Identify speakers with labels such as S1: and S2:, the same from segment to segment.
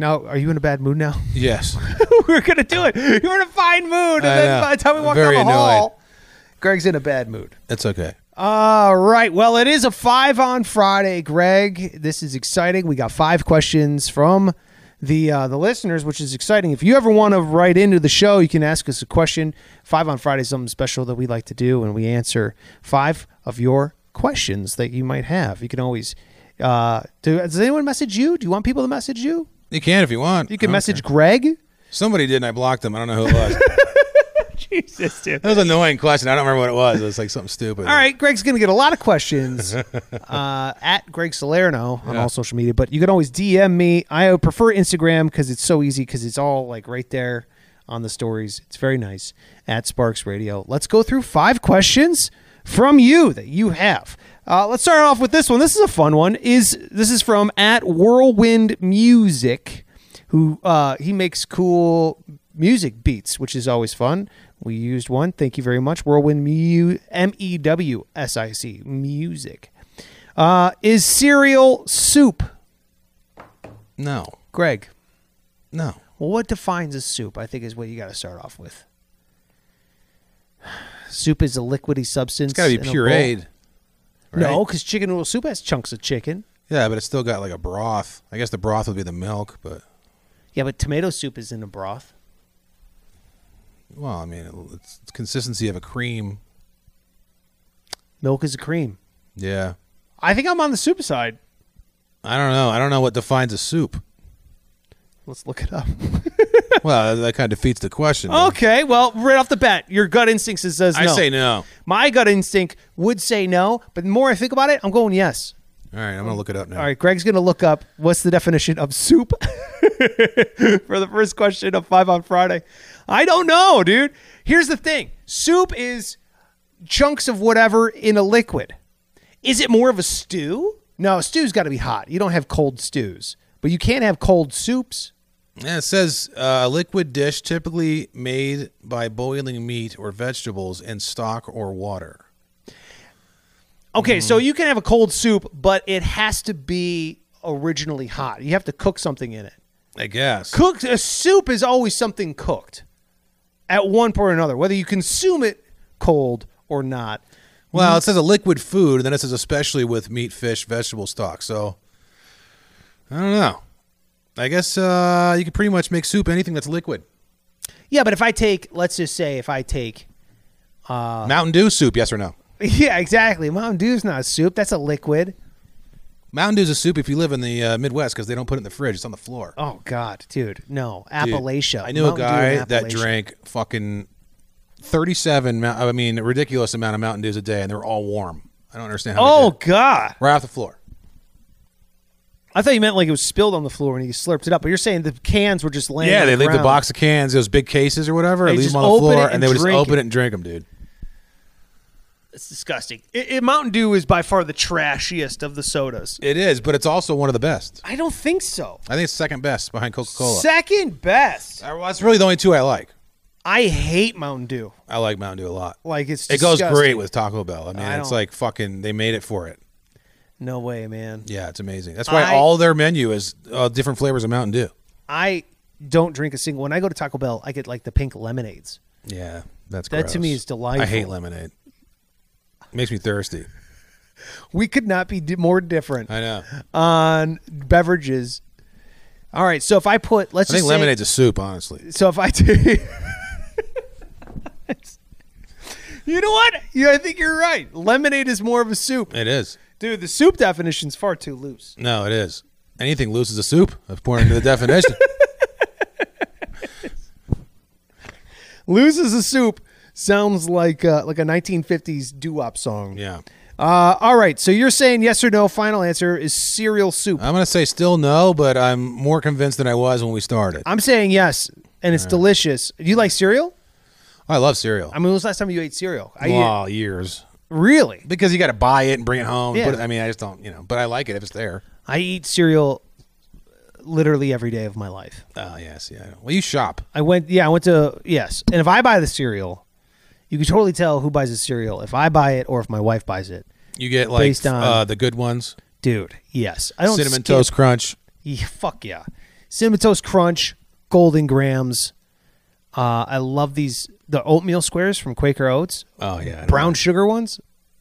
S1: Now, are you in a bad mood now?
S2: Yes.
S1: we are gonna do it. You were in a fine mood, and
S2: I
S1: then
S2: know.
S1: by the time we
S2: I'm
S1: walk down
S2: very
S1: the
S2: annoyed.
S1: hall, Greg's in a bad mood.
S2: That's okay.
S1: All right. Well, it is a five on Friday, Greg. This is exciting. We got five questions from the uh, the listeners, which is exciting. If you ever want to write into the show, you can ask us a question. Five on Friday is something special that we like to do, and we answer five of your questions that you might have. You can always uh, do. Does anyone message you? Do you want people to message you?
S2: You can if you want.
S1: You can message Greg.
S2: Somebody did, and I blocked them. I don't know who it was.
S1: Jesus, dude.
S2: that was an annoying question. I don't remember what it was. It was like something stupid.
S1: All right, Greg's going to get a lot of questions uh, at Greg Salerno on all social media, but you can always DM me. I prefer Instagram because it's so easy because it's all like right there on the stories. It's very nice at Sparks Radio. Let's go through five questions from you that you have. Uh, let's start off with this one. This is a fun one. Is this is from at Whirlwind Music who uh, he makes cool music beats, which is always fun. We used one. Thank you very much. Whirlwind Mu- M E W S I C music. Uh, is cereal soup,
S2: No.
S1: Greg?
S2: No.
S1: Well, what defines a soup? I think is what you got to start off with. Soup is a liquidy substance.
S2: It's got to
S1: in
S2: be
S1: a bowl.
S2: pureed. right?
S1: No, because chicken noodle soup has chunks of chicken.
S2: Yeah, but it's still got like a broth. I guess the broth would be the milk, but
S1: Yeah, but tomato soup is in a broth.
S2: well, I mean, it- it's, it's consistency of a cream.
S1: Milk is a cream.
S2: Yeah.
S1: I think I'm on the soup side.
S2: I don't know. I don't know what defines a soup.
S1: Let's look it up.
S2: well, that kind of defeats the question. then.
S1: Okay, well, right off the bat, your gut instinct says no.
S2: I say no.
S1: My gut instinct would say no, but the more I think about it, I'm going yes.
S2: All right, I'm gonna look it up now.
S1: All right, Greg's going to look up what's the definition of soup for the first question of Five on Friday. I don't know, dude. Here's the thing soup is chunks of whatever in a liquid. Is it more of a stew? No, a stew's got to be hot. You don't have cold stews, but you can't have cold soups.
S2: Yeah, it says uh, a liquid dish typically made by boiling meat or vegetables in stock or water.
S1: Okay, so you can have a cold soup, but it has to be originally hot. You have to cook something in it.
S2: I guess.
S1: Cooked a soup is always something cooked at one point or another, whether you consume it cold or not.
S2: Well, it says a liquid food, and then it says especially with meat, fish, vegetable stock. So I don't know. I guess uh, you can pretty much make soup anything that's liquid.
S1: Yeah, but if I take, let's just say, if I take, Uh.
S2: Mountain Dew soup, yes or no?
S1: yeah, exactly. Mountain Dew's not a soup; that's a liquid.
S2: Mountain Dew's a soup if you live in the uh, Midwest because they don't put it in the fridge; it's on the floor.
S1: Oh God, dude, no,
S2: Dude,
S1: Appalachia.
S2: I knew
S1: Mountain Dew
S2: a
S1: in
S2: guy that
S1: Appalachia.
S2: drank fucking thirty-seven. mou- I mean, a ridiculous amount of Mountain Dews a day, and they were all warm. I don't understand. How they
S1: Oh
S2: did
S1: God,
S2: it. right off the floor.
S1: I thought you meant like it was spilled on the floor and he slurped it up. But you're saying the cans were just laying.
S2: Yeah,
S1: on
S2: they
S1: the
S2: leave the
S1: ground.
S2: box of cans, those big cases or whatever,
S1: They
S2: leave
S1: just
S2: them on the
S1: open it
S2: floor,
S1: and
S2: and they would just
S1: drink
S2: open
S1: it.
S2: it and drink them, dude.
S1: It's disgusting. It, it- Mountain Dew is by far the trashiest of the sodas.
S2: It is, but it's also one of the best.
S1: I don't think so.
S2: I think it's second best behind Coca Cola.
S1: Second best.
S2: That's really the only two I like.
S1: I hate Mountain Dew.
S2: I like Mountain Dew a lot.
S1: Like it's
S2: It goes
S1: disgusting.
S2: great with Taco Bell. I mean,
S1: I
S2: it's
S1: don't-
S2: like fucking they made it for it.
S1: No way, man.
S2: Yeah, it's amazing. That's why
S1: I-
S2: all their menu is uh, different flavors of Mountain Dew.
S1: I don't drink a single. When I go to Taco Bell, I get like the pink lemonades.
S2: Yeah, that's
S1: That to
S2: gross.
S1: me is delightful.
S2: I hate lemonade. Makes me thirsty.
S1: We could not be di- more different
S2: I know.
S1: on beverages. All right, so if I put, let's
S2: I
S1: just
S2: think
S1: say-
S2: lemonade's a soup, honestly.
S1: So if I do, you know what? Yeah, I think you're right. Lemonade is more of a soup,
S2: It is.
S1: dude. The soup definition's far too loose.
S2: No, it is. Anything loose is a soup, according to the definition.
S1: Loose is a soup sounds like uh, like a 1950s doo-wop song.
S2: Yeah.
S1: Uh, all right, so you're saying yes or no? Final answer is cereal soup.
S2: I'm gonna say still no, but I'm more convinced than I was when we started.
S1: I'm saying yes, and it's delicious. Do you like cereal?
S2: I love cereal.
S1: I mean, when was the last time you ate cereal? I eat it-
S2: Wow, years.
S1: really?
S2: Because you got to buy it and bring it home.
S1: Yeah.
S2: Put it, I mean, I just don't, you know. But I like it if it's there.
S1: I eat cereal literally every day of my life.
S2: Oh yes, yeah. Well, you shop.
S1: I went, yeah, I went to yes, and if I buy the cereal, you can totally tell who buys the cereal if I buy it or if my wife buys it.
S2: You get like
S1: Based on-
S2: uh, the good ones,
S1: Dude, yes, I don't
S2: cinnamon
S1: skip-
S2: toast crunch.
S1: Yeah, fuck yeah. cinnamon toast crunch, golden grams. Uh, I love these the oatmeal squares from Quaker Oats,
S2: Oh yeah, I don't
S1: brown sugar ones.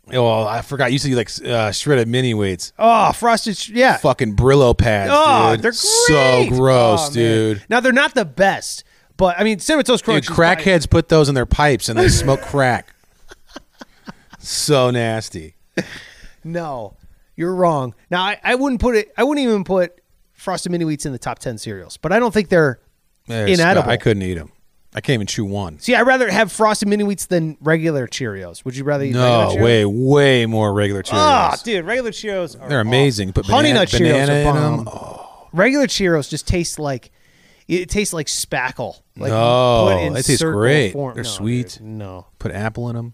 S2: know. Oh, I forgot. You see like uh, shredded mini weights,
S1: Oh, frosted, sh- yeah.
S2: fucking Brillo pads.
S1: Oh,
S2: dude.
S1: they're great.
S2: so gross,
S1: Oh, man.
S2: dude.
S1: Now they're not the best, but I mean, cinnamon toast crunch.
S2: Dude,
S1: is probably-
S2: crackheads put those in their pipes and they smoke crack. So nasty.
S1: no, you're wrong. Now I, I wouldn't put it. I wouldn't even put frosted mini wheats in the top ten cereals, but I don't think they're
S2: They're
S1: inedible.
S2: disgu- I couldn't eat them. I can't even chew one.
S1: See, I'd rather have frosted mini wheats than regular Cheerios. Would you rather eat regular
S2: No,
S1: Cheerios?
S2: way, way more regular
S1: Ah,
S2: Cheerios.
S1: dude, regular Cheerios are
S2: They're amazing. Put
S1: Oh, Honey
S2: banana,
S1: Nut Cheerios
S2: banana
S1: are
S2: in Oh, 'em.
S1: bomb. Regular Cheerios just taste like it tastes like spackle. Like
S2: No,
S1: put in
S2: they taste
S1: circle
S2: great.
S1: form-
S2: They're
S1: No,
S2: sweet.
S1: dude, no.
S2: Put apple in them.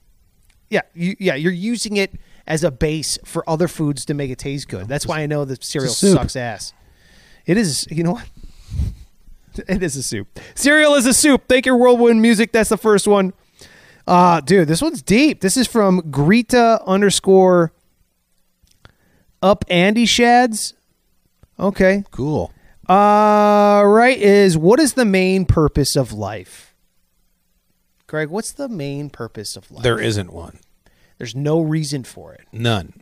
S1: Yeah, you, yeah, you're using it as a base for other foods to make it taste good. That's why I know the cereal
S2: soup.
S1: sucks ass. It is, you know what? It is a soup. Cereal is a soup. Thank your whirlwind music. That's the first one. Uh, dude, this one's deep. This is from Greta underscore up Andy Shads. Okay.
S2: Cool.
S1: Uh, right is what is the main purpose of life? Greg, what's the main purpose of life?
S2: There isn't one.
S1: There's no reason for it.
S2: None.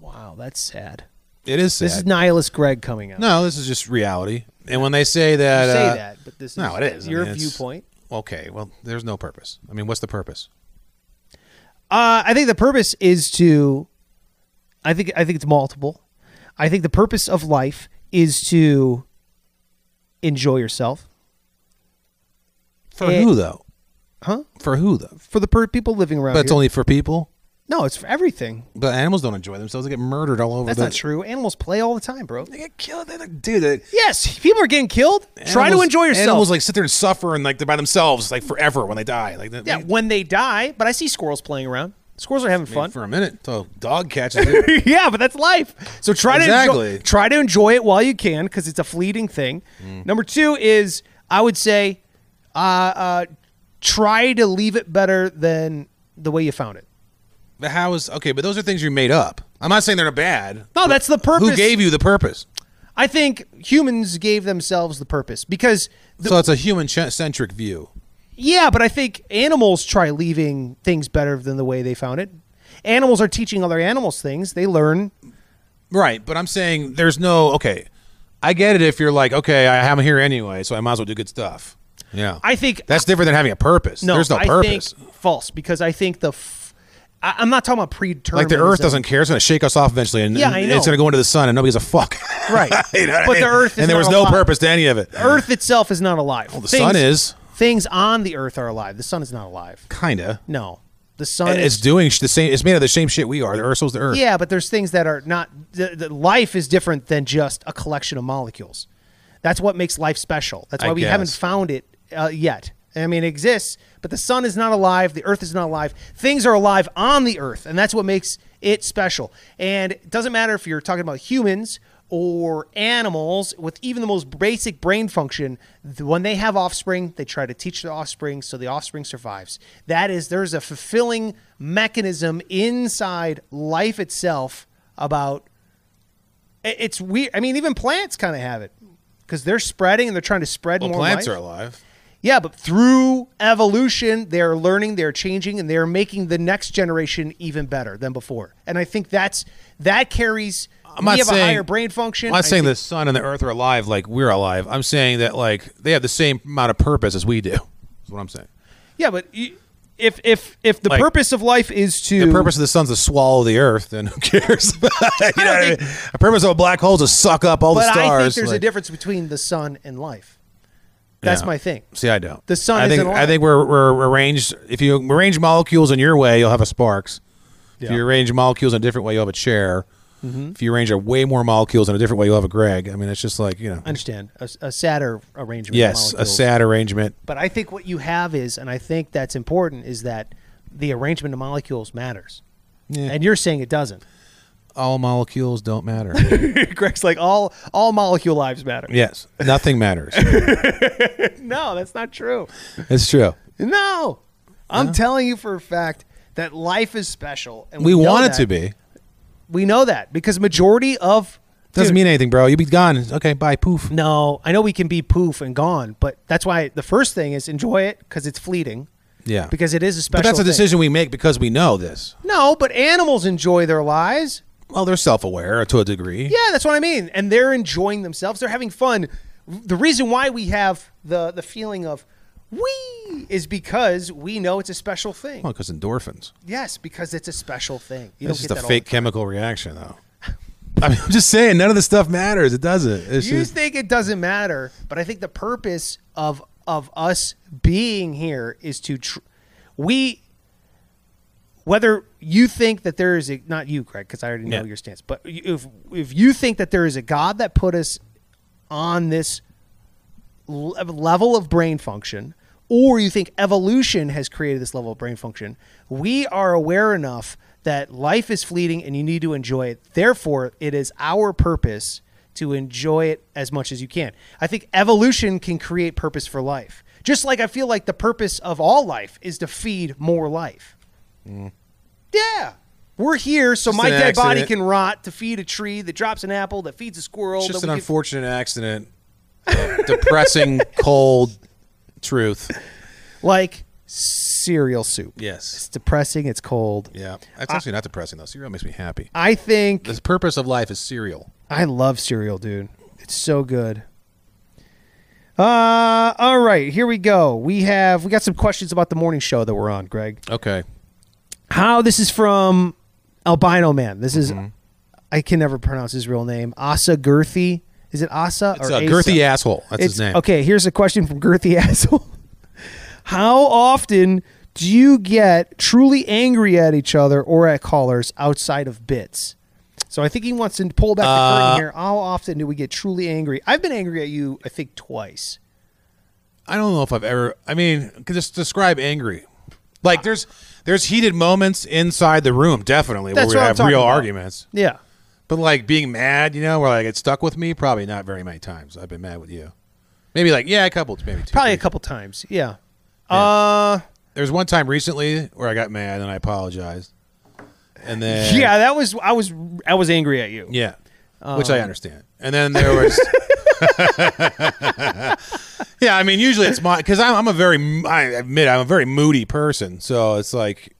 S1: Wow, that's sad.
S2: It is sad.
S1: This is nihilist Greg coming out.
S2: no, this is just reality. And when they say that,
S1: You say
S2: uh,
S1: that, but this is
S2: no, it is. I
S1: your
S2: mean, it's-
S1: viewpoint.
S2: Okay, well, there's no purpose. I mean, what's the purpose?
S1: Uh, I think the purpose is to. I think I think it's multiple. I think the purpose of life is to enjoy yourself
S2: For
S1: It-
S2: who though?
S1: Huh?
S2: For who though?
S1: for the per- people living around.
S2: But it's
S1: here.
S2: only for people.
S1: no, it's for everything.
S2: But animals don't enjoy themselves. They get murdered all over.
S1: That's
S2: the,
S1: not true. Animals play all the time, bro.
S2: They get killed. They like, dude. They,
S1: Yes, people are getting killed. Try to
S2: animals-
S1: enjoy yourself.
S2: Animals like sit there and suffer and like they're by themselves like forever when they die. Like that-
S1: yeah,
S2: we-
S1: when they die, but I see squirrels playing around. Squirrels are having fun.
S2: for a minute. So dog catches it.
S1: yeah, but that's life. So try to
S2: Exactly.
S1: enjoy, try to enjoy it while you can because it's a fleeting thing.
S2: Mm.
S1: Number two is I would say, uh, uh, try to leave it better than the way you found it.
S2: but how is okay? But those are things you made up. I'm not saying they're bad.
S1: No, that's the purpose.
S2: Who gave you the purpose?
S1: I think humans gave themselves the purpose because, the,
S2: so it's a human ch- centric view.
S1: yeah, but I think animals try leaving things better than the way they found it. Animals are teaching other animals things. They learn.
S2: Right, but I'm saying there's no okay. I get it if you're like, okay, I am here anyway, so I might as well do good stuff. Yeah,
S1: I think
S2: that's different than having a purpose.
S1: No,
S2: there's no
S1: I
S2: purpose.
S1: Think false because I think the. F- I, I'm not talking about predetermined.
S2: Like the Earth doesn't care; it's going to shake us off eventually, and,
S1: Yeah,
S2: and
S1: I
S2: it's
S1: know.
S2: going to go into the sun, and nobody gives a fuck.
S1: Right.
S2: You know what I
S1: But the
S2: mean?
S1: Earth is
S2: and there
S1: not
S2: was no
S1: alive.
S2: purpose to any of it.
S1: Earth itself is not alive. Well,
S2: the sun is.
S1: Things on the Earth are alive. The sun is not alive.
S2: Kinda.
S1: No, the sun
S2: It's
S1: is.
S2: doing sh- the same. It's made of the same shit we are. The Earth is the Earth.
S1: Yeah, but there's things that are not. The, the life is different than just a collection of molecules. That's what makes life special. That's
S2: I
S1: why we haven't
S2: guess.
S1: found it uh, yet. I mean, it exists, but the sun is not alive. The Earth is not alive. Things are alive on the Earth, and that's what makes it special. And it doesn't matter if you're talking about humans or animals with even the most basic brain function. th- When they have offspring, they try to teach the offspring so the offspring survives. That is, there's a fulfilling mechanism inside life itself about it- it's weird. I mean, even plants kind of have it because they're spreading and they're trying to spread
S2: Well,
S1: more.
S2: plants
S1: life.
S2: are alive.
S1: Yeah, but through evolution, they're learning, they're changing, and they're making the next generation even better than before. And I think that's that carries.
S2: I'm
S1: we
S2: not
S1: have
S2: saying
S1: a higher brain function.
S2: I'm not
S1: I
S2: saying
S1: think-
S2: the sun and the Earth are alive like we're alive. I'm saying that like they have the same amount of purpose as we do. That's what I'm saying.
S1: Yeah, but y- if if if the
S2: Like-
S1: purpose of life is to
S2: the purpose of the sun's to swallow the earth, then who cares? you know what I mean?
S1: think-
S2: The purpose of a black hole is to suck up all the
S1: but
S2: stars.
S1: I think there's a
S2: like-
S1: difference between the sun and life. That's
S2: Yeah.
S1: my thing.
S2: See, I don't.
S1: The sun
S2: I think,
S1: isn't
S2: I think we're, we're arranged. If you arrange molecules in your way, you'll have a sparks. If you arrange molecules in a different way, you'll have a chair.
S1: Mm-hmm.
S2: If you arrange a way more molecules in a different way, you'll have a Greg. I mean, it's just like you know.
S1: I understand a, a sadder arrangement. of
S2: yes, a
S1: molecules.
S2: sad arrangement.
S1: But I think what you have is, and I think that's important, is that the arrangement of molecules matters.
S2: Yeah.
S1: And you're saying it doesn't.
S2: All molecules don't matter.
S1: Greg's like all all molecule lives matter.
S2: yes, nothing matters.
S1: No, that's not true.
S2: it's true.
S1: No, I'm telling you for a fact that life is special, and
S2: We
S1: know
S2: want it
S1: that.
S2: to be.
S1: We know that because majority of
S2: Doesn't
S1: Dude.
S2: mean anything, bro. You'll be gone. Okay, bye. Poof.
S1: No, I know we can be poof and gone, but that's why the first thing is enjoy it because it's fleeting.
S2: Yeah.
S1: Because it is a special.
S2: but that's a
S1: thing.
S2: decision we make because we know this.
S1: No, but animals enjoy their lives.
S2: Well, they're self-aware to a degree.
S1: Yeah, that's what I mean. And they're enjoying themselves. They're having fun. The reason why we have the the feeling of we is because we know it's a special thing.
S2: Well, because endorphins.
S1: Yes, because it's a special thing. You
S2: It's
S1: don't
S2: just
S1: get
S2: a
S1: that all
S2: fake
S1: the time.
S2: chemical reaction, though. I mean, I'm just saying, none of this stuff matters. It doesn't. It's
S1: You
S2: just,
S1: think it doesn't matter, but I think the purpose of of us being here is to tr- we whether you think that there is a not you Craig because I already know
S2: Yeah.
S1: your stance, but you- if if you think that there is a God that put us on this le- level of brain function or you think evolution has created this level of brain function we are aware enough that life is fleeting and you need to enjoy it therefore it is our purpose to enjoy it as much as you can i think evolution can create purpose for life just like i feel like the purpose of all life is to feed more life yeah we're here so my
S2: Mm. an
S1: dead body
S2: accident.
S1: can rot to feed a tree that drops an apple that feeds a squirrel
S2: it's just
S1: that
S2: an
S1: we can-
S2: unfortunate accident. Depressing, cold truth.
S1: like cereal soup It's
S2: Yes.
S1: depressing. It's cold.
S2: Yeah. That's actually not depressing though. Cereal makes me happy.
S1: I think
S2: The purpose of life is cereal.
S1: I love cereal, dude. It's so good. Uh, all right, here we go. We have we got some questions about the morning show that we're on, Greg.
S2: Okay.
S1: How this is from Albino Man. This is I can never pronounce his real name. Asa Girthy. Is it Asa
S2: It's uh,
S1: or Asa?
S2: a girthy asshole. That's his name.
S1: Okay, here's a question from Girthy Asshole. How often do you get truly angry at each other or at callers outside of bits? So I think he wants to pull back the
S2: Uh,
S1: curtain here. How often do we get truly angry? I've been angry at you, I think, twice.
S2: I don't know if I've ever. I mean, just describe angry. Like there's there's heated moments inside the room, definitely,
S1: That's
S2: where
S1: what
S2: we
S1: I'm
S2: have
S1: talking
S2: real
S1: about.
S2: arguments.
S1: Yeah.
S2: But like being mad, you know, where like it stuck with me, probably not very many times. I've been mad with you. Maybe like yeah, a couple, maybe two.
S1: Probably a
S2: three.
S1: couple times. Yeah. Uh
S2: There's one time recently where I got mad and I apologized, and then
S1: yeah, that was I was I was angry at you.
S2: yeah, which
S1: Um,
S2: I understand. And then there was. yeah, I mean, usually it's my because I'm, I'm a very I admit I'm a very moody person, so it's like,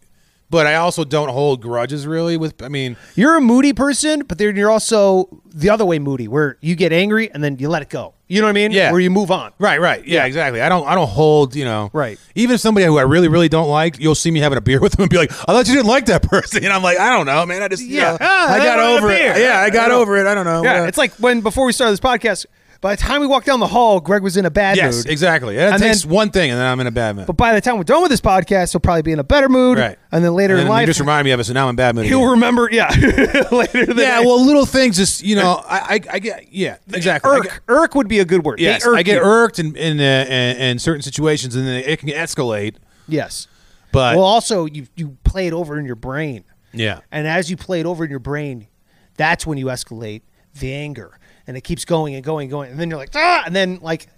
S2: but I also don't hold grudges really. With I mean,
S1: You're a moody person, but then you're also the other way moody, where you get angry and then you let it go. You know what I mean?
S2: Yeah.
S1: Where you move on.
S2: Right, right. Yeah, exactly. I don't I don't hold, you know.
S1: Right.
S2: Even if somebody who I really, really don't like, you'll see me having a beer with them and be like, I thought you didn't like that person. And I'm like, I don't know, man. I just
S1: Yeah.
S2: yeah,
S1: Ah,
S2: I
S1: I
S2: got
S1: wanted a
S2: over it.
S1: beer.
S2: Yeah, I got
S1: I know.
S2: over it. I don't know.
S1: Yeah,
S2: Uh,
S1: it's like when before we started this podcast, by the time we walked down the hall, Greg was in a bad
S2: Yes,
S1: mood.
S2: exactly. And it
S1: And
S2: takes
S1: then-
S2: one thing and then I'm in a bad mood.
S1: But by the time we're done with this podcast, he'll probably be in a better mood.
S2: right.
S1: And then later
S2: And
S1: in
S2: You
S1: life,
S2: just remind me of it, so now I'm in a bad mood.
S1: he'll
S2: again.
S1: remember. Yeah, later. Than
S2: yeah, well little things just you know, I I, I get yeah, exactly. I
S1: irk.
S2: get-
S1: irk would be a good word. They
S2: Yes,
S1: irk
S2: I get
S1: you.
S2: irked in in, uh, in in certain situations, and then it can escalate.
S1: Yes.
S2: But
S1: well, also you you play it over in your brain,
S2: yeah,
S1: and as you play it over in your brain, that's when you escalate the anger, and it keeps going and going and going, and then you're like ah, and then like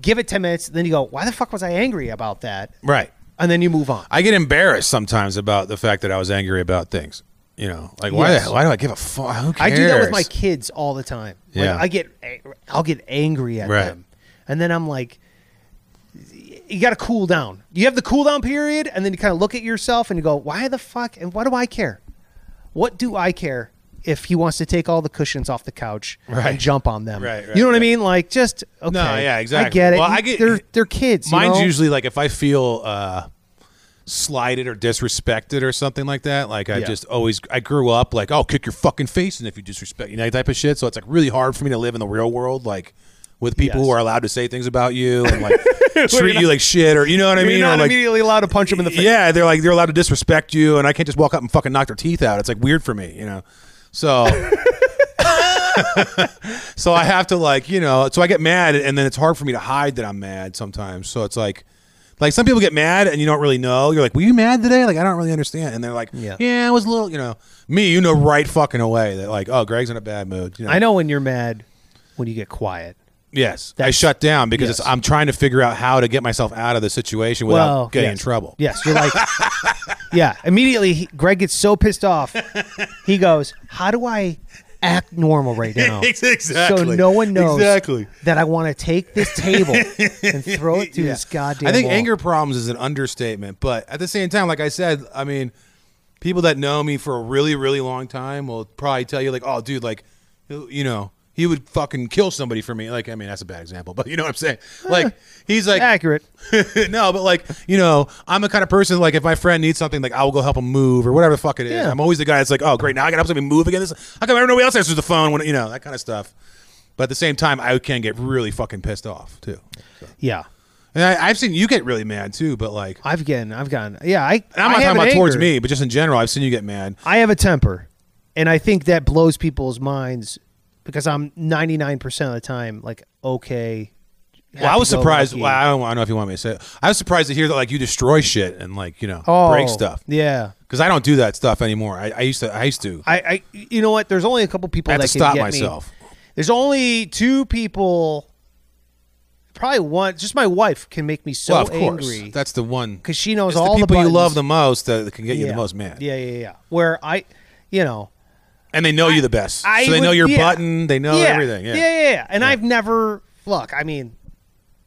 S1: give it ten minutes, then you go, why the fuck was I angry about that?
S2: right.
S1: And then you move on.
S2: I get embarrassed sometimes about the fact that I was angry about things. You know, like why?
S1: Yes.
S2: Why do I give a fuck? Who
S1: I
S2: cares?
S1: do that with my kids all the time. Like,
S2: Yeah.
S1: I get a- I'll get angry at
S2: Right.
S1: them, and then I'm like, you got to cool down. You have the cool down period, and then you kind of look at yourself and you go, why the fuck? And why do I care? What do I care if he wants to take all the cushions off the couch
S2: Right.
S1: and jump on them?
S2: Right, right,
S1: you know what I
S2: right.
S1: mean? Like just okay.
S2: yeah,
S1: I
S2: exactly.
S1: get it.
S2: Well,
S1: You-
S2: I get-
S1: they're they're kids. you
S2: Mine's
S1: know?
S2: usually like if I feel uh, slighted or disrespected or something like that. Like I
S1: Yeah.
S2: just always I grew up like I'll kick your fucking face and if you disrespect you know that type of shit. So it's like really hard for me to live in the real world like with people
S1: Yes.
S2: who are allowed to say things about you and like treat you like shit or you know what I
S1: You're
S2: mean
S1: not
S2: or like
S1: immediately allowed to punch him in the face.
S2: Yeah, they're like they're allowed to disrespect you, and I can't just walk up and fucking knock their teeth out. It's like weird for me, you know. So, so I have to like you know, so I get mad, and then it's hard for me to hide that I'm mad sometimes. So it's like, like some people get mad, and you don't really know. You're like, were you mad today? Like I don't really understand, and they're like,
S1: Yeah.
S2: yeah, I was a little, you know. Me, you know, right fucking away that like, oh, Greg's in a bad mood. You know?
S1: I know when you're mad, when you get quiet.
S2: Yes, I
S1: That's-
S2: shut down because
S1: yes.
S2: it's, I'm trying to figure out how to get myself out of the situation without getting in
S1: yes.
S2: trouble.
S1: Yes, you're like, yeah. Immediately, he, Greg gets so pissed off. He goes, "How do I act normal right now.
S2: Exactly.
S1: So no one knows
S2: Exactly.
S1: that I want to take this table and throw it through this goddamn.
S2: I think
S1: wall.
S2: anger problems is an understatement, but at the same time, like I said, I mean, people that know me for a really, really long time will probably tell you, like, oh, dude, like, you know, he would fucking kill somebody for me. Like, I mean, that's a bad example, but you know what I'm saying? Like, he's like,
S1: accurate.
S2: no, but like, you know, I'm the kind of person like if my friend needs something, like I will go help him move or whatever the fuck it is.
S1: Yeah.
S2: I'm always the guy that's like, oh great, now I gotta help somebody move again. This how come everybody else answers the phone when you know that kind of stuff. But at the same time, I can get really fucking pissed off too.
S1: Yeah,
S2: And I, I've seen you get really mad too, but like,
S1: I've gotten, I've gotten. Yeah, I.
S2: and I'm
S1: I have
S2: not talking
S1: an
S2: about towards
S1: anger.
S2: me, but just in general, I've seen you get mad.
S1: I have a temper, and I think that blows people's minds because I'm 99 percent of the time like okay.
S2: Well, I was surprised.
S1: happy-go-lucky.
S2: Well, I, don't, I don't know if you want me to say it. I was surprised to hear that like you destroy shit and like you know
S1: Oh,
S2: break stuff
S1: Yeah,
S2: because I don't do that stuff anymore. I, I used to. I used to.
S1: I, I, you know what? There's only a couple people
S2: I have
S1: that
S2: to
S1: can
S2: stop
S1: get
S2: myself.
S1: Me. There's only two people. Probably one. Just my wife can make me so
S2: well, of course,
S1: angry
S2: that's the one.
S1: because she knows
S2: It's
S1: all
S2: the people you
S1: buttons.
S2: love the most that can get you
S1: Yeah.
S2: the most mad.
S1: Yeah, yeah, yeah. Where I, you know,
S2: And they know you the best.
S1: I
S2: so they
S1: would-
S2: know your
S1: yeah.
S2: button, they know
S1: yeah,
S2: everything. Yeah.
S1: yeah, yeah. yeah. And I've never look. I mean,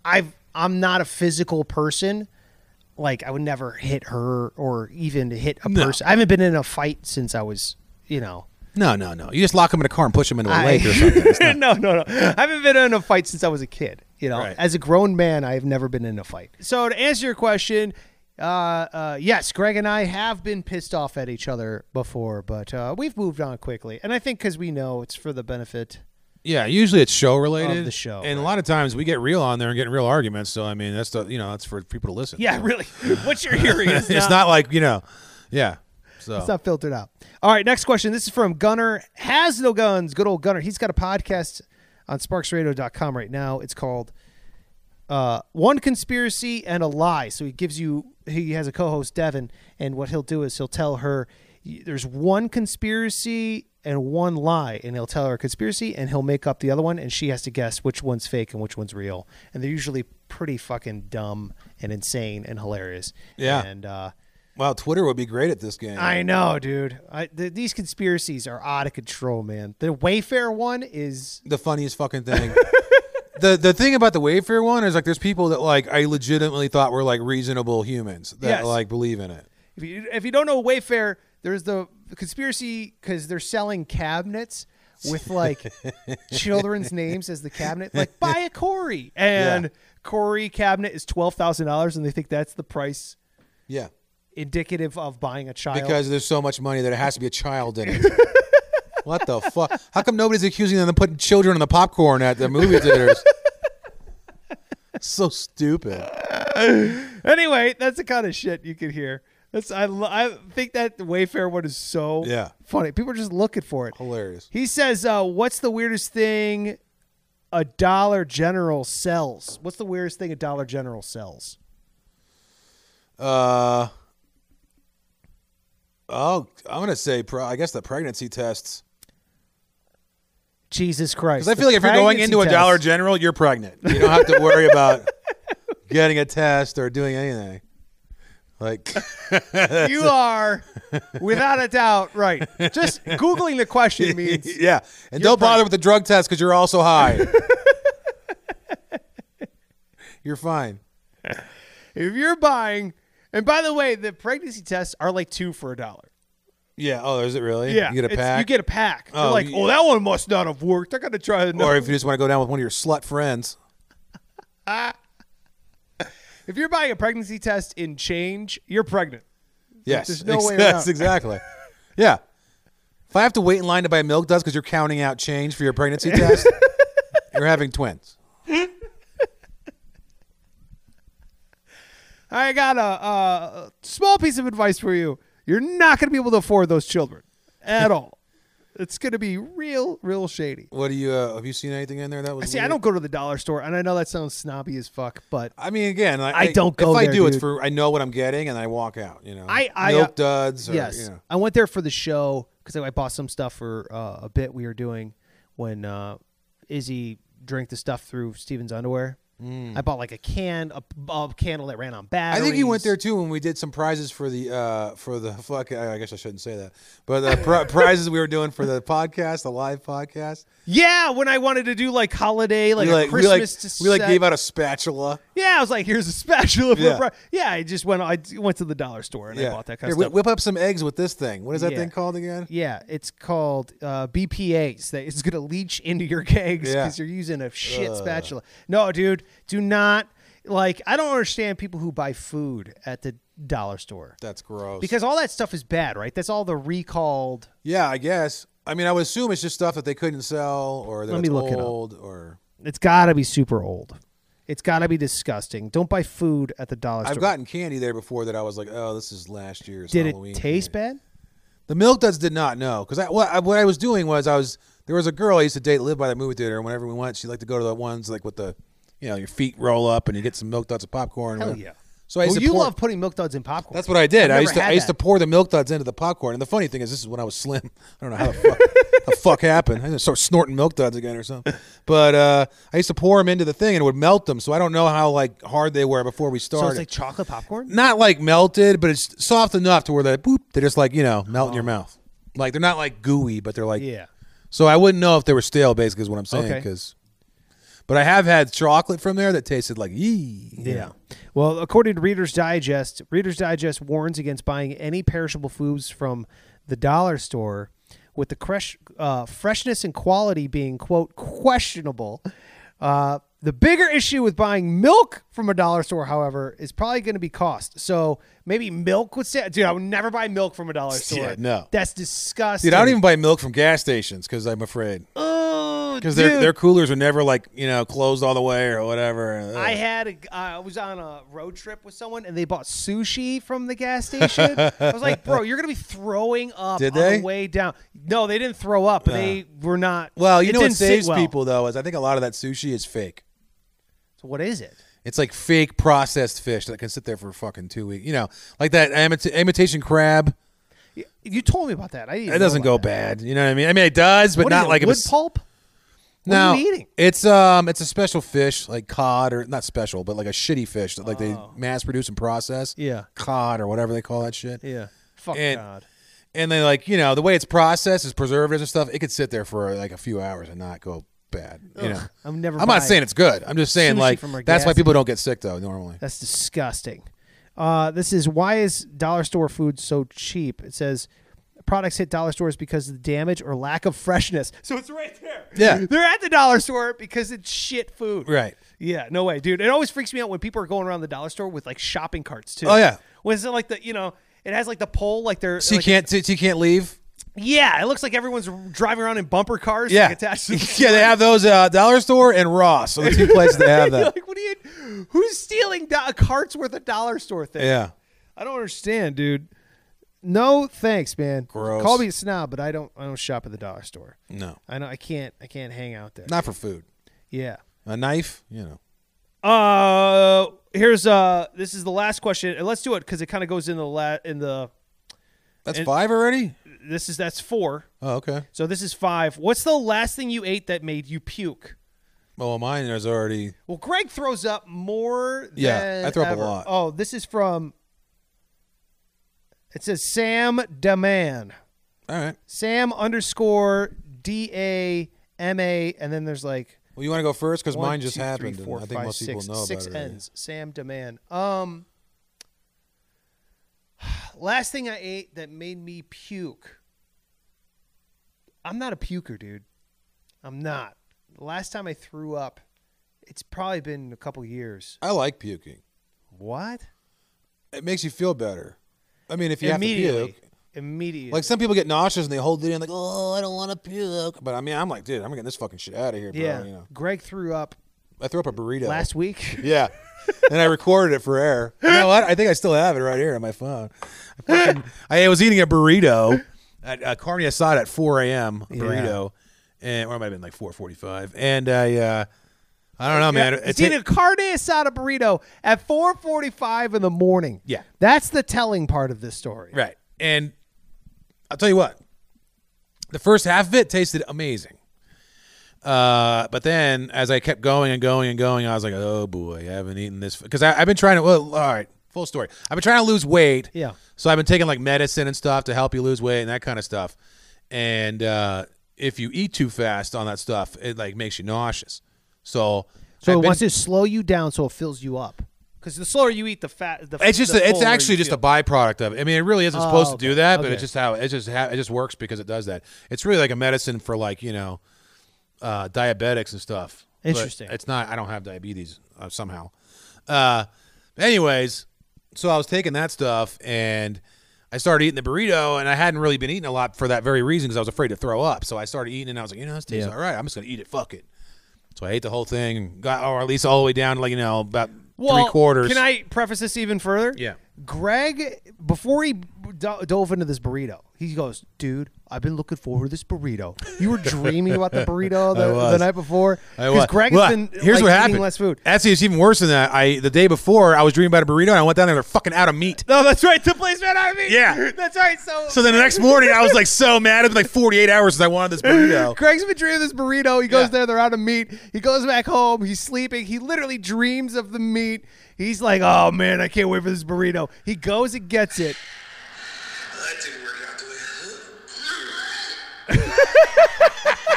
S1: I've I'm not a physical person. Like I would never hit her or even hit a
S2: No.
S1: person. I haven't been in a fight since I was, you know,
S2: No, no, no. You just lock them in a car and push them into a
S1: I-
S2: lake or something. It's not-
S1: no, no, no. I haven't been in a fight since I was a kid. You know,
S2: Right.
S1: as a grown man, I have never been in a fight. So to answer your question, uh, uh, yes, Greg and I have been pissed off at each other before, but uh, we've moved on quickly, and I think because we know it's for the benefit.
S2: yeah, usually it's show related.
S1: Of the show,
S2: And a lot of times we get real on there and get in real arguments. So I mean, that's the you know that's for people to listen.
S1: Yeah,
S2: So
S1: really. What you're hearing
S2: it's not, like you know, yeah. So
S1: It's not filtered out. All right, next question. This is from Gunner Has No Guns. Good old Gunner. He's got a podcast on sparksradio.com right now. It's called uh, One Conspiracy and a Lie. So he gives you, he has a co host, Devin, and what he'll do is he'll tell her y- there's one conspiracy and one lie, and he'll tell her a conspiracy and he'll make up the other one, and she has to guess which one's fake and which one's real. And they're usually pretty fucking dumb and insane and hilarious.
S2: Yeah.
S1: And, uh,
S2: wow, Twitter would be great at this game.
S1: I know, dude. I, th- these conspiracies are out of control, man. The Wayfair one is
S2: the funniest fucking thing. the the thing about the Wayfair one is like there's people that like I legitimately thought were like reasonable humans that
S1: Yes.
S2: like believe in it.
S1: if you if you don't know Wayfair, there's the conspiracy because they're selling cabinets with like children's names as the cabinet, like buy a Corey, and
S2: Yeah.
S1: Corey cabinet is twelve thousand dollars, and they think that's the price
S2: Yeah.
S1: indicative of buying a child.
S2: because there's so much money that it has to be a child in it. what the fuck? How come nobody's accusing them of putting children in the popcorn at the movie theaters? so stupid.
S1: anyway, that's the kind of shit you can hear. That's I, lo- I think that the Wayfair one is so
S2: Yeah.
S1: funny. People are just looking for it.
S2: Hilarious.
S1: He says, uh, "What's the weirdest thing a Dollar General sells? What's the weirdest thing a Dollar General sells?"
S2: Uh Oh, I'm gonna say. Pro- I guess the pregnancy tests.
S1: Jesus Christ!
S2: Because I feel like
S1: The
S2: if you're going into a
S1: pregnancy
S2: Dollar
S1: test.
S2: General, you're pregnant. You don't have to worry about getting a test or doing anything. Like,
S1: you are without a doubt right. Just googling the question means
S2: yeah, and don't bother with the drug test because you're also high. you're fine.
S1: if you're buying. And by the way, the pregnancy tests are like two for a dollar.
S2: Yeah. Oh, is it really?
S1: Yeah,
S2: You get a
S1: it's-
S2: pack.
S1: You get a pack. They're
S2: Oh,
S1: like,
S2: you-
S1: oh, that one must not have worked. I got to try another.
S2: or if you just want to go down with one of your slut friends.
S1: If you're buying a pregnancy test in change, you're pregnant.
S2: Yes.
S1: there's no way
S2: Yes,
S1: around.
S2: exactly. Yeah. If I have to wait in line to buy milk duds because you're counting out change for your pregnancy test, you're having twins.
S1: I got a, a small piece of advice for you. You're not going to be able to afford those children at all. It's going to be real, real shady.
S2: What do you? Uh, have you seen anything in there that was?
S1: See, I
S2: weird?
S1: don't go to the dollar store, and I know that sounds snobby as fuck, but
S2: I mean, again, I,
S1: I don't go
S2: If I
S1: there,
S2: do, it's
S1: dude.
S2: for I know what I'm getting, and I walk out. You know,
S1: I- I,
S2: milk
S1: uh,
S2: duds. Or,
S1: yes,
S2: you know.
S1: I went there for the show because I bought some stuff for uh, a bit we were doing when uh, Izzy drank the stuff through Steven's underwear. I bought like a can, a, a candle that ran on
S2: Mm. I
S1: batteries.
S2: think you went there too when we did some prizes for the uh, for the fuck. I guess I shouldn't say that, but the pri- prizes we were doing for the podcast, the live podcast.
S1: Yeah, when I wanted to do like holiday, like,
S2: We
S1: a
S2: like we
S1: Christmas. to
S2: like, we like
S1: set-
S2: gave out a spatula.
S1: Yeah, I was like, here's a spatula. For
S2: Yeah.
S1: yeah. yeah, I just went. I d- went to the dollar store and I bought that kind
S2: Here,
S1: of
S2: whi-
S1: stuff.
S2: Whip up some eggs with this thing. What is that
S1: Yeah.
S2: thing called again?
S1: yeah, it's called uh, BPA's. That it's gonna leach into your kegs
S2: Yeah.
S1: because you're using a shit spatula. No, dude, do not. Like, I don't understand people who buy food at the dollar store
S2: That's gross.
S1: because all that stuff is bad, right? That's all the recalled.
S2: yeah, I guess. I mean, I would assume it's just stuff that they couldn't sell or that
S1: Let
S2: it's
S1: me look it up.
S2: old or.
S1: It's gotta be super old. It's gotta be disgusting. Don't buy food at the dollar
S2: I've
S1: store.
S2: gotten candy there before that I was like, oh, this is last year's.
S1: Did
S2: Halloween
S1: it taste
S2: candy.
S1: bad?
S2: The milk duds did not know because I, what I what I was doing was I was there was a girl I used to date lived by the movie theater and whenever we went she liked to go to the ones like with the you know your feet roll up and you get some milk duds of popcorn.
S1: Hell
S2: and-
S1: yeah.
S2: So I used
S1: well,
S2: to
S1: Oh, you
S2: pour-
S1: love putting milk duds in popcorn.
S2: That's what I
S1: I've
S2: did. I
S1: never
S2: used to
S1: had
S2: I used to
S1: that.
S2: pour the milk duds into the popcorn. And the funny thing is, this is when I was slim. I don't know how the fuck, the fuck happened. I just started snorting milk duds again or something. But uh, I used to pour them into the thing and it would melt them. So I don't know how like hard they were before we started.
S1: so it's like chocolate popcorn.
S2: not like melted, but it's soft enough to where they boop, they just like you know melt in your mouth. Like they're not like gooey, but they're like
S1: Oh. Yeah.
S2: So I wouldn't know if they were stale, basically, is what I'm saying.
S1: Okay.
S2: Because, but I have had chocolate from there that tasted like yee. you know.
S1: Well, according to Reader's Digest, Reader's Digest warns against buying any perishable foods from the dollar store, with the fresh, uh, freshness and quality being quote questionable. Uh, the bigger issue with buying milk from a dollar store, however, is probably going to be cost. So maybe milk would say, dude, I would never buy milk from a dollar store.
S2: no.
S1: that's disgusting.
S2: Dude, I don't even buy milk from gas stations because I'm afraid
S1: Oh,
S2: because their
S1: dude.
S2: their coolers are never like you know closed all the way or whatever. Ugh.
S1: I had a, uh, I was on a road trip with someone and they bought sushi from the gas station. I was like, bro, you're gonna be throwing up
S2: Did
S1: on
S2: they?
S1: the way down. No, they didn't throw up. but They were not.
S2: well, you
S1: it
S2: know what
S1: didn't sit
S2: saves
S1: well.
S2: people though is I think a lot of that sushi is fake.
S1: So what is it?
S2: It's like fake processed fish that can sit there for fucking two weeks. You know, like that imita- imitation crab.
S1: You told me about that. I didn't
S2: It doesn't go bad. You know what I mean? I mean, it does, but
S1: What is
S2: not
S1: it,
S2: like if
S1: wood
S2: it's-
S1: pulp. What
S2: no,
S1: are you eating?
S2: It's um, it's a special fish like cod or not special, but like a shitty fish that like they mass produce and process.
S1: Oh. Yeah.
S2: cod or whatever they call that shit.
S1: Yeah. Fuck
S2: And-
S1: God.
S2: And they like you know the way it's processed is preservatives and stuff. It could sit there for like a few hours and not go bad. You know,
S1: I'm never
S2: I'm not
S1: buying
S2: saying it's good. I'm just saying
S1: sushi
S2: like
S1: from a
S2: that's why
S1: gas
S2: people don't get sick though normally.
S1: That's disgusting. Uh, this is why is dollar store food so cheap? It says products hit dollar stores because of the damage or lack of freshness. So it's right there.
S2: Yeah.
S1: They're at the dollar store because it's shit food.
S2: Right.
S1: Yeah, no way, dude. It always freaks me out when people are going around the dollar store with like shopping carts too.
S2: Oh, yeah.
S1: When it's like the you know, it has like the pole like they're
S2: So you
S1: like-
S2: can't so you can't leave.
S1: Yeah, it looks like everyone's driving around in bumper cars
S2: Yeah,
S1: like, attached to the
S2: yeah. They have those uh, dollar store and Ross. So the two places that have
S1: You're
S2: that.
S1: like, what are you who's stealing do- a cart's worth of dollar store thing?
S2: Yeah.
S1: I don't understand, dude. No thanks, man.
S2: Gross.
S1: Call me a snob, but I don't. I don't shop at the dollar store.
S2: No,
S1: I know I can't. I can't hang out there.
S2: not for food.
S1: Yeah.
S2: A knife, you know.
S1: Uh, here's uh. This is the last question. And Let's do it because it kind of goes in the la- in the.
S2: That's
S1: And-
S2: five already.
S1: This is that's four.
S2: Oh, okay.
S1: So this is five. What's the last thing you ate that made you puke?
S2: Well, mine is already.
S1: Well, Greg throws up more.
S2: Yeah,
S1: than
S2: I throw up a
S1: ever.
S2: lot.
S1: Oh, this is from. It says Sam Daman.
S2: All right.
S1: Sam underscore D A M A, and then there's like
S2: Well, you want to go first because
S1: one,
S2: mine just
S1: two, three,
S2: happened. and
S1: four,
S2: I think
S1: five,
S2: most people
S1: six-
S2: know
S1: six
S2: about it. already.
S1: ends. Sam Demand. Um, last thing I ate that made me puke. I'm not a puker, dude. I'm not. The last time I threw up, it's probably been a couple years.
S2: I like puking.
S1: What?
S2: It makes you feel better. I mean, if you have to
S1: Immediately.
S2: puke,
S1: Immediately.
S2: like some people get nauseous and they hold it in, like, oh, I don't want to puke. But I mean, I'm like, dude, I'm getting this fucking shit out of here, bro.
S1: yeah.
S2: You know,
S1: Greg threw up
S2: I threw up a burrito
S1: last week.
S2: Yeah. and I recorded it for air. You know what? I think I still have it right here on my phone. I, fucking, I was eating a burrito, at, a carne asada at 4 a.m. a burrito, and or it might have been like 4:45. And I, uh, I don't know, man.
S1: Yeah,
S2: It
S1: it's
S2: ta-
S1: eating a carne asada burrito at 4:45 in the morning.
S2: Yeah.
S1: that's the telling part of this story.
S2: right. And I'll tell you what, the first half of it tasted amazing. Uh, but then as I kept going and going and going, I was like, oh boy, I haven't eaten this because I've been trying to. Well, all right, full story. I've been trying to lose weight.
S1: Yeah.
S2: So I've been taking like medicine and stuff to help you lose weight and that kind of stuff. And uh, if you eat too fast on that stuff, it like makes you nauseous. So
S1: So
S2: I've
S1: it
S2: been-
S1: wants to slow you down so it fills you up. Because the slower you eat, the fat. The,
S2: It's just
S1: the
S2: a, it's
S1: fuller
S2: actually
S1: you
S2: just
S1: feel.
S2: a byproduct of it. I mean, it really isn't
S1: Oh,
S2: supposed to
S1: okay.
S2: do that, but
S1: Okay.
S2: it's just how it just ha- it just works because it does that. It's really like a medicine for like you know uh, diabetics and stuff. But
S1: Interesting.
S2: it's not. I don't have diabetes uh, somehow. Uh, anyways, so I was taking that stuff and I started eating the burrito, and I hadn't really been eating a lot for that very reason because I was afraid to throw up. So I started eating, and I was like, you know, this tastes
S1: Yeah.
S2: all right. I'm just gonna eat it. Fuck it. So I ate the whole thing, and got or at least all the way down, to like you know, about
S1: Well,
S2: three quarters.
S1: Can I preface this even further?
S2: Yeah.
S1: Greg, before he do- dove into this burrito, he goes, "Dude, I've been looking forward to this burrito. You were dreaming about the burrito the,
S2: was.
S1: the night before
S2: I was.
S1: Greg
S2: Well,
S1: has been
S2: here's
S1: like,
S2: what
S1: eating
S2: happened.
S1: less food.
S2: Actually, it's even worse than that. I the day before I was dreaming about a burrito and I went down there. They're fucking out of meat.
S1: No, that's right. The place ran out of meat.
S2: Yeah.
S1: that's right. So,
S2: So then the next morning I was like so mad. It was like 48 hours since I wanted this burrito.
S1: Greg's been dreaming of this burrito. He goes
S2: Yeah.
S1: there, they're out of meat. He goes back home. He's sleeping. He literally dreams of the meat. He's like, "Oh man, I can't wait for this burrito." He goes and gets it.
S3: That didn't work out the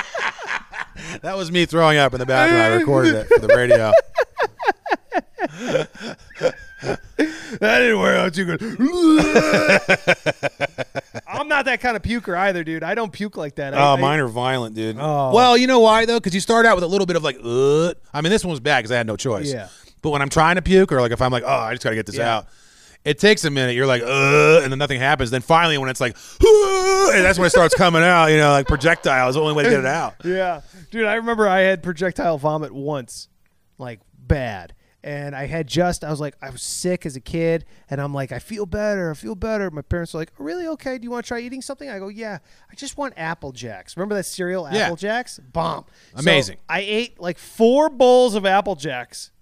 S3: way.
S2: That was me throwing up in the bathroom. I recorded it for the radio.
S1: That didn't work out too good. I'm not that kind of puker either, dude. I don't puke like that. I-
S2: Oh,
S1: I-
S2: mine are violent, dude.
S1: Oh.
S2: Well, you know why though? Because you start out with a little bit of like, Ugh. I mean, this one was bad because I had no choice.
S1: Yeah.
S2: But when I'm trying to puke or like if I'm like, oh, I just gotta get this
S1: Yeah.
S2: out. It takes a minute. You're like, Ugh, and then nothing happens. Then finally, when it's like, "Ugh," and that's when it starts coming out. You know, like projectile is the only way to get it out.
S1: Yeah, dude. I remember I had projectile vomit once, like bad, and I had just. I was like, I was sick as a kid, and I'm like, I feel better. I feel better. My parents are like, "Oh, really? Okay. Do you want to try eating something? I go, yeah. I just want Apple Jacks. Remember that cereal,
S2: Yeah.
S1: Apple Jacks? Bomb. So
S2: Amazing.
S1: I ate like four bowls of Apple Jacks,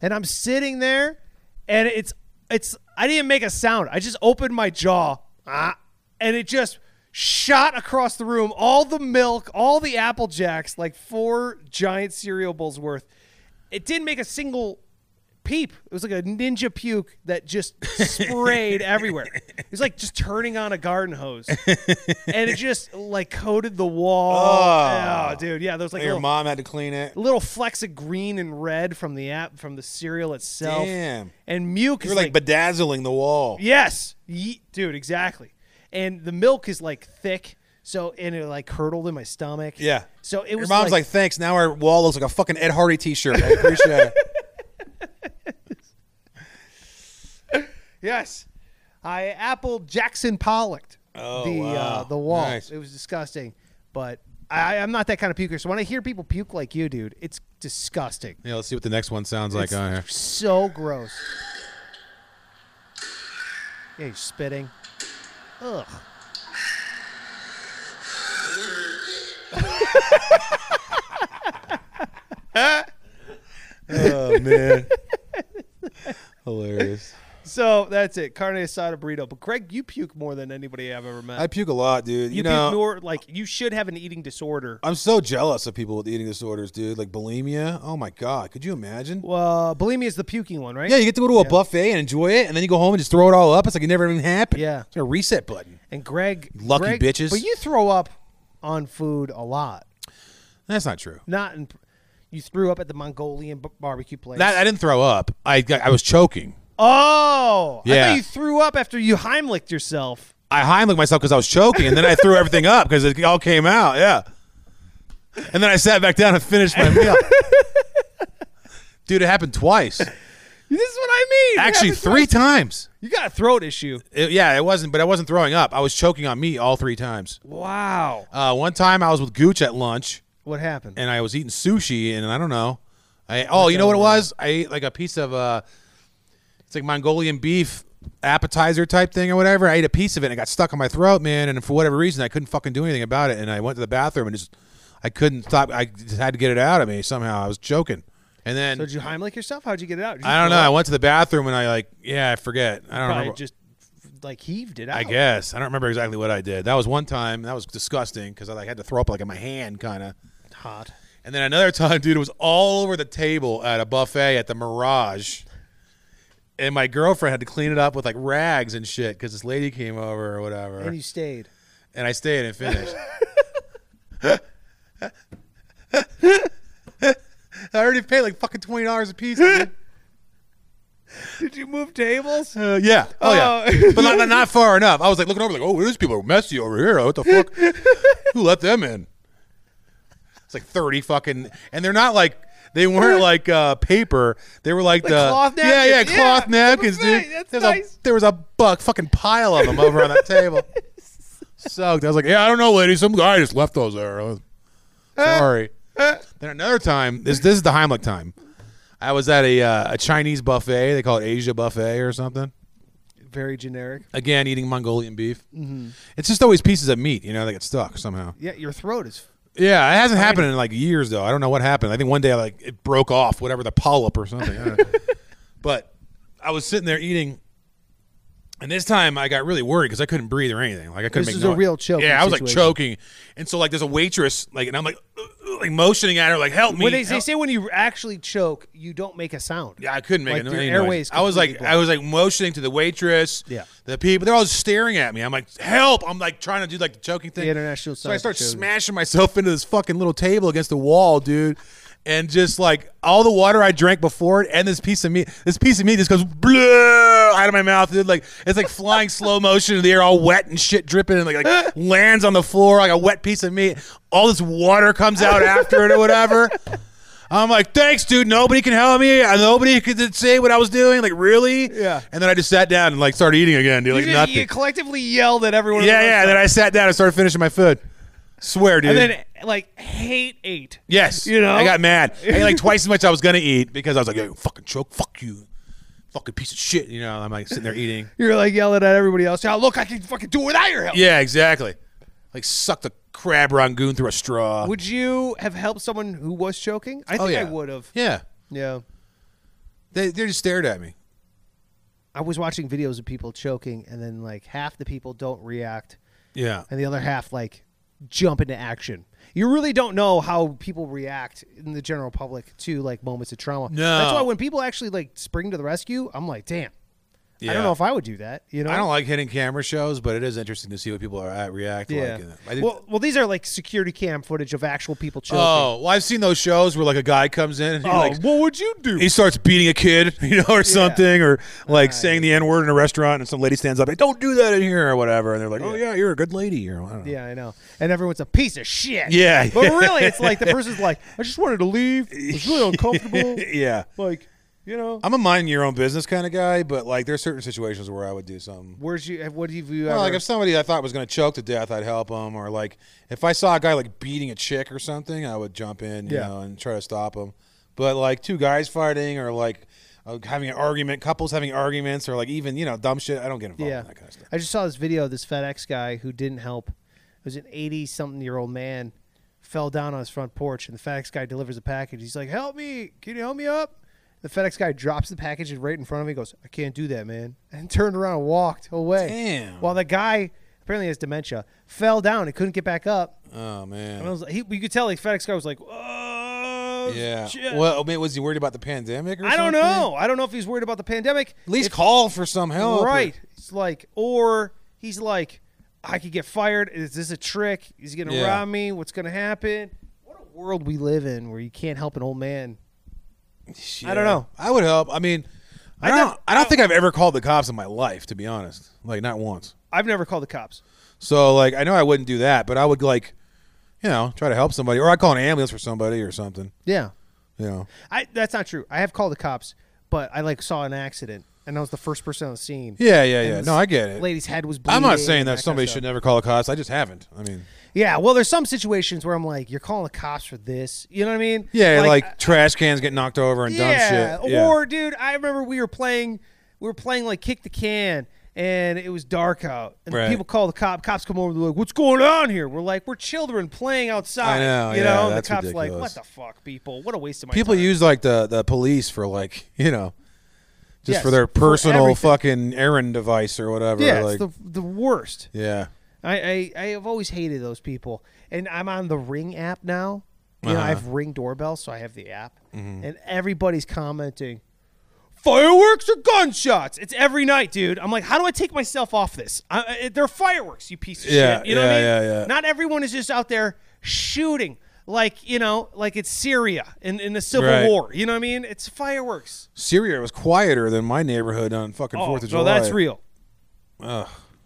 S1: and I'm sitting there, and it's it's. I didn't make a sound. I just opened my jaw, ah, and it just shot across the room. All the milk, all the Apple Jacks, like four giant cereal bowls worth. It didn't make a single peep. It was like a ninja puke that just sprayed everywhere. It was like just turning on a garden hose, and it just like coated the wall.
S2: Oh.
S1: Oh, dude, yeah, there was like
S2: Your
S1: little,
S2: mom had to clean it.
S1: little flecks of green and red from the app from the cereal itself.
S2: Damn.
S1: And milk
S2: You
S1: is
S2: were like, bedazzling the wall.
S1: yes, Ye- dude, exactly. And the milk is like thick, so and it like curdled in my stomach.
S2: Yeah.
S1: So it
S2: Your
S1: was
S2: mom's like, thanks. Now our wall looks like a fucking Ed Hardy T-shirt. I appreciate it.
S1: yes, I apple Jackson Pollocked
S2: Oh,
S1: the
S2: wow.
S1: uh, the wall.
S2: Nice.
S1: It was disgusting, but I, I'm not that kind of puker. So when I hear people puke like you, dude, it's disgusting.
S2: Yeah, let's see what the next one sounds like
S1: It's
S2: uh, on here.
S1: So gross. Yeah, you're spitting. Ugh.
S2: Oh man, hilarious.
S1: So that's it. Carne asada burrito. But Greg, you puke more than anybody I've ever met.
S2: I puke a lot, dude. You,
S1: you
S2: know,
S1: puke more like you should have an eating disorder.
S2: I'm so jealous of people with eating disorders, dude. Like bulimia. Oh my god, could you imagine?
S1: Well, bulimia is the puking one, right?
S2: Yeah, you get to go to a buffet and enjoy it, and then you go home and just throw it all up. It's like it never even happened.
S1: Yeah.
S2: it's like a reset button.
S1: And Greg,
S2: Lucky
S1: Greg-
S2: bitches.
S1: But you throw up on food a lot.
S2: That's not true.
S1: Not in. You threw up at the Mongolian b- barbecue place.
S2: That I didn't throw up. I got, I was choking.
S1: oh, I
S2: Yeah.
S1: thought you threw up after you Heimlicked yourself.
S2: I Heimlich myself because I was choking, and then I threw everything up because it all came out. Yeah. And then I sat back down and finished my meal. Dude, it happened twice.
S1: This is what I mean. It
S2: Actually,
S1: happens
S2: three times.
S1: You got a throat issue.
S2: It- yeah, it wasn't, but I wasn't throwing up. I was choking on meat all three times.
S1: Wow.
S2: Uh, one time I was with Gooch at lunch,
S1: What happened?
S2: and I was eating sushi, and I don't know. I oh, you know what it was? I ate like a piece of uh, it's like Mongolian beef appetizer type thing or whatever. I ate a piece of it, and it got stuck in my throat, man. And for whatever reason, I couldn't fucking do anything about it. And I went to the bathroom and just I couldn't stop. I just had to get it out of me somehow. I was choking, and then
S1: So did you Heimlich yourself? How'd you get it out? Did you
S2: I don't
S1: throw
S2: know. I
S1: up?
S2: went to the bathroom and I like yeah, I forget. I don't
S1: Probably
S2: remember.
S1: just like heaved it out.
S2: I guess I don't remember exactly what I did. That was one time. That was disgusting because I like had to throw up like in my hand, kind of.
S1: Hot.
S2: And And then another time, dude, it was all over the table at a buffet at the Mirage. And my girlfriend had to clean it up with like rags and shit because this lady came over or whatever.
S1: And you stayed.
S2: and I stayed and finished. I already paid like fucking twenty dollars a piece. dude.
S1: Did you move tables?
S2: Uh, yeah, oh yeah,
S1: Oh.
S2: but not, not far enough. I was like looking over, like, oh, these people are messy over here. What the fuck? Who let them in? It's like thirty fucking, and they're not like they weren't like uh, paper. They were like, the
S1: cloth
S2: yeah, yeah,
S1: napkins. Yeah,
S2: cloth napkins,
S1: buffet.
S2: dude.
S1: That's
S2: There's
S1: nice.
S2: a, there was a buck fucking pile of them over on that table. Sucked. I was like, yeah, I don't know, lady. Some guy just left those there. I
S1: Uh,
S2: was- Sorry. Then another time, this this is the Heimlich time. I was at a uh, a Chinese buffet. They call it Asia buffet or something.
S1: Very generic.
S2: Again, eating Mongolian beef.
S1: Mm-hmm.
S2: It's just always pieces of meat, you know, that get stuck somehow.
S1: Yeah, your throat is.
S2: Yeah, it hasn't happened in like years though. I don't know what happened. I think one day like it broke off, whatever the polyp or something. I don't know. but I was sitting there eating, and this time I got really worried because I couldn't breathe or anything. Like I couldn't.
S1: This
S2: make
S1: is a
S2: noise.
S1: real choking
S2: Yeah, I was like
S1: situation.
S2: choking, and so like there's a waitress like, and I'm like, like motioning at her like, help me.
S1: When they, they
S2: help-
S1: say when you actually choke, you don't make a sound.
S2: Yeah, I couldn't make
S1: Like,
S2: it.
S1: your
S2: any
S1: airway
S2: noise.
S1: is
S2: I was like,
S1: completely
S2: I was like motioning to the waitress.
S1: Yeah.
S2: the people. They're all just staring at me. I'm like, help! I'm like trying to do like the choking thing.
S1: The international
S2: So I
S1: sign
S2: start
S1: for children.
S2: smashing myself into this fucking little table against the wall, dude. And just like all the water I drank before it, and this piece of meat, this piece of meat just goes bleh, out of my mouth, dude. Like it's like flying slow motion in the air, all wet and shit dripping, and like, like lands on the floor like a wet piece of meat. All this water comes out after it or whatever. I'm like, thanks, dude. Nobody can help me. Uh, Nobody could say what I was doing. Like, really?
S1: Yeah.
S2: And then I just sat down and like started eating again, dude. Like
S1: you,
S2: nothing.
S1: you collectively yelled at everyone. in the
S2: yeah, yeah. And then I sat down and started finishing my food. Swear, dude.
S1: restaurant. And then like hate ate.
S2: yes.
S1: You know?
S2: I got mad. I ate like twice as much I was gonna eat because I was like, yo, you fucking choke, fuck you, fucking piece of shit. You know, I'm like sitting there eating.
S1: You're like yelling at everybody else. Yeah, look, I can fucking do it without your help.
S2: yeah, exactly. Like sucked a crab rangoon through a straw.
S1: Would you have helped someone who was choking? I
S2: Oh,
S1: think
S2: yeah.
S1: I would have.
S2: Yeah.
S1: Yeah.
S2: They they just stared at me.
S1: I was watching videos of people choking, and then like half the people don't react,
S2: Yeah.
S1: and the other half like jump into action. You really don't know how people react in the general public to like moments of trauma.
S2: No.
S1: That's why when people actually like spring to the rescue, I'm like, damn. I
S2: Yeah.
S1: don't know if I would do that. You know,
S2: I don't like hitting camera shows, but it is interesting to see what people are at react
S1: Yeah.
S2: like. I did-
S1: well, well, these are like security cam footage of actual people choking.
S2: oh, well, I've seen those shows where like a guy comes in and he
S1: Oh,
S2: like
S1: what would you do?
S2: he starts beating a kid, you know, or something, or like saying the n word in a restaurant, and some lady stands up, like, "Don't do that in here," or whatever, and they're like, "Oh yeah, you're a good lady," or I don't know.
S1: Yeah, I know. And everyone's a piece of shit.
S2: Yeah.
S1: But really, it's like the person's like, I just wanted to leave. It was really uncomfortable.
S2: yeah.
S1: Like, you know,
S2: I'm a mind your own business kind of guy, but like there's certain situations where I would do something.
S1: where's you? What have you ever?
S2: Well, like if somebody I thought was going to choke to death, I'd help them, or like if I saw a guy like beating a chick or something, I would jump in, you
S1: Yeah.
S2: know, and try to stop him. But like two guys fighting, or like uh, having an argument, couples having arguments, or like even you know dumb shit, I don't get involved
S1: yeah.
S2: in that kind of stuff.
S1: I just saw this video of this FedEx guy who didn't help. It was an 80 something year old man fell down on his front porch, and the FedEx guy delivers a package. He's like, Help me. Can you help me up? The FedEx guy drops the package right in front of me, goes, I can't do that, man. And turned around and walked away.
S2: Damn.
S1: While the guy apparently has dementia, fell down and couldn't get back up.
S2: Oh man.
S1: And I was like, he, you could tell like FedEx guy was like, oh,
S2: Yeah.
S1: shit."
S2: Well, I mean, was he worried about the pandemic? or
S1: I don't
S2: something?
S1: know. I don't know if he's worried about the pandemic.
S2: At least call for some help. or-
S1: right. It's like, or he's like, I could get fired. Is this a trick? Is he going to
S2: Yeah.
S1: rob me? What's going to happen? What a world we live in where you can't help an old man.
S2: Yeah.
S1: don't know.
S2: I would help. I mean, I don't.
S1: nev-
S2: I don't think I've ever called the cops in my life, to be honest. Like not once.
S1: I've never called the cops.
S2: So like, I know I wouldn't do that, but I would like, you know, try to help somebody, or I call an ambulance for somebody or something.
S1: Yeah.
S2: You know.
S1: I That's not true. I have called the cops, but I like saw an accident and I was the first person on the scene.
S2: Yeah, yeah, yeah. No, I get it.
S1: Lady's head was bleeding.
S2: I'm not
S1: and
S2: saying
S1: that
S2: that,
S1: kind of
S2: somebody
S1: stuff.
S2: should never call the cops. I just haven't. I mean,
S1: Yeah, well, there's some situations where I'm like, you're calling the cops for this. You know what I mean?
S2: yeah, like, trash cans get knocked over and
S1: uh, yeah.
S2: dumb shit. Yeah.
S1: Or, dude, I remember we were playing, we were playing like kick the can, and it was dark out, and
S2: Right.
S1: people call the cop. Cops come over, they're like, "What's going on here?" We're like, "We're children playing outside."
S2: I know,
S1: you
S2: yeah,
S1: know. And
S2: that's
S1: the cops like, "What
S2: ridiculous.
S1: the fuck, people? What a waste of my
S2: people
S1: time."
S2: use like the the police for like you know just
S1: Yes,
S2: for their
S1: for
S2: personal
S1: everything.
S2: fucking errand device or whatever
S1: yeah,
S2: like
S1: it's the the worst.
S2: yeah
S1: I, I I have always hated those people, and I'm on the Ring app now, You
S2: Uh-huh.
S1: know, I have Ring doorbell, so I have the app,
S2: Mm-hmm.
S1: and everybody's commenting. Fireworks or gunshots? It's every night, dude. I'm like, how do I take myself off this? I, I, they're fireworks, you piece of
S2: Yeah,
S1: shit. You know what I mean?
S2: yeah, yeah, yeah.
S1: Not everyone is just out there shooting like you know, like it's Syria in, in the Civil
S2: Right.
S1: War. You know what I mean? It's fireworks.
S2: Syria was quieter than my neighborhood on fucking Fourth of
S1: Oh, no,
S2: July.
S1: that's real.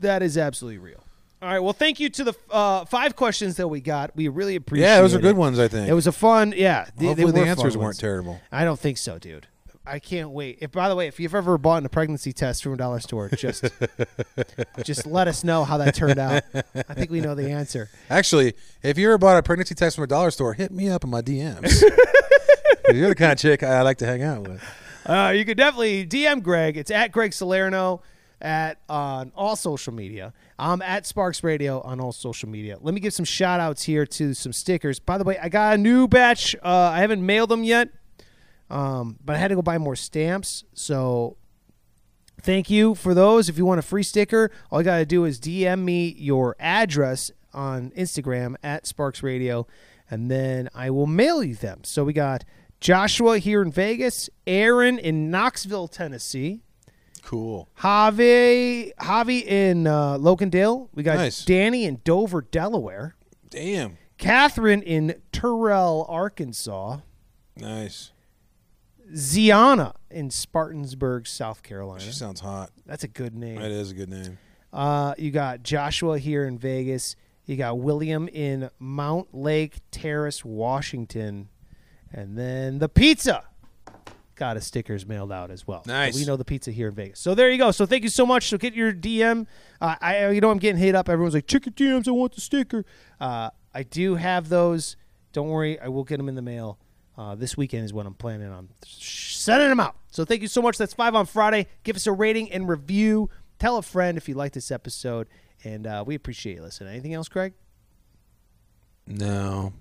S1: That is absolutely real. All right. Well, thank you to the uh, five questions that we got. We really appreciate.
S2: Yeah, those are good
S1: it.
S2: ones. I think.
S1: It was a fun. Yeah, they- they
S2: Hopefully the
S1: were fun
S2: answers
S1: ones.
S2: weren't terrible.
S1: I don't think so, dude. I can't wait. If by the way, if you've ever bought a pregnancy test from a dollar store, just just let us know how that turned out. I think we know the answer.
S2: Actually, if you ever bought a pregnancy test from a dollar store, hit me up in my DMs. You're the kind of chick I like to hang out with.
S1: Uh, you could definitely DM Greg. It's at Greg Salerno at on all social media. I'm at Sparks Radio on all social media. Let me give some shout outs here to some stickers. By the way, I got a new batch. Uh, I haven't mailed them yet, um, but I had to go buy more stamps. So thank you for those. If you want a free sticker, all you got to do is DM me your address on Instagram at Sparks Radio, and then I will mail you them. So we got Joshua here in Vegas, Aaron in Knoxville, Tennessee,
S2: Cool.
S1: Javi, Javi in uh, Locandale. We got
S2: Nice.
S1: Danny in Dover, Delaware,
S2: Damn.
S1: Catherine in Terrell, Arkansas,
S2: Nice.
S1: Ziana in Spartansburg, South Carolina.
S2: She sounds hot.
S1: That's a good name.
S2: That is a good name.
S1: Uh, you got Joshua here in Vegas. You got William in Mount Lake Terrace, Washington. And then the pizza got his stickers mailed out as well.
S2: Nice.
S1: We know the pizza here in Vegas. So there you go. So thank you so much. So get your DM. Uh, I you know I'm getting hit up. Everyone's like, check your DMs. I want the sticker. Uh, I do have those. Don't worry. I will get them in the mail. Uh, this weekend is when I'm planning on sending them out. So thank you so much. That's five on Friday. Give us a rating and review. Tell a friend if you like this episode, and uh, we appreciate you listening. Anything else, Craig?
S2: No.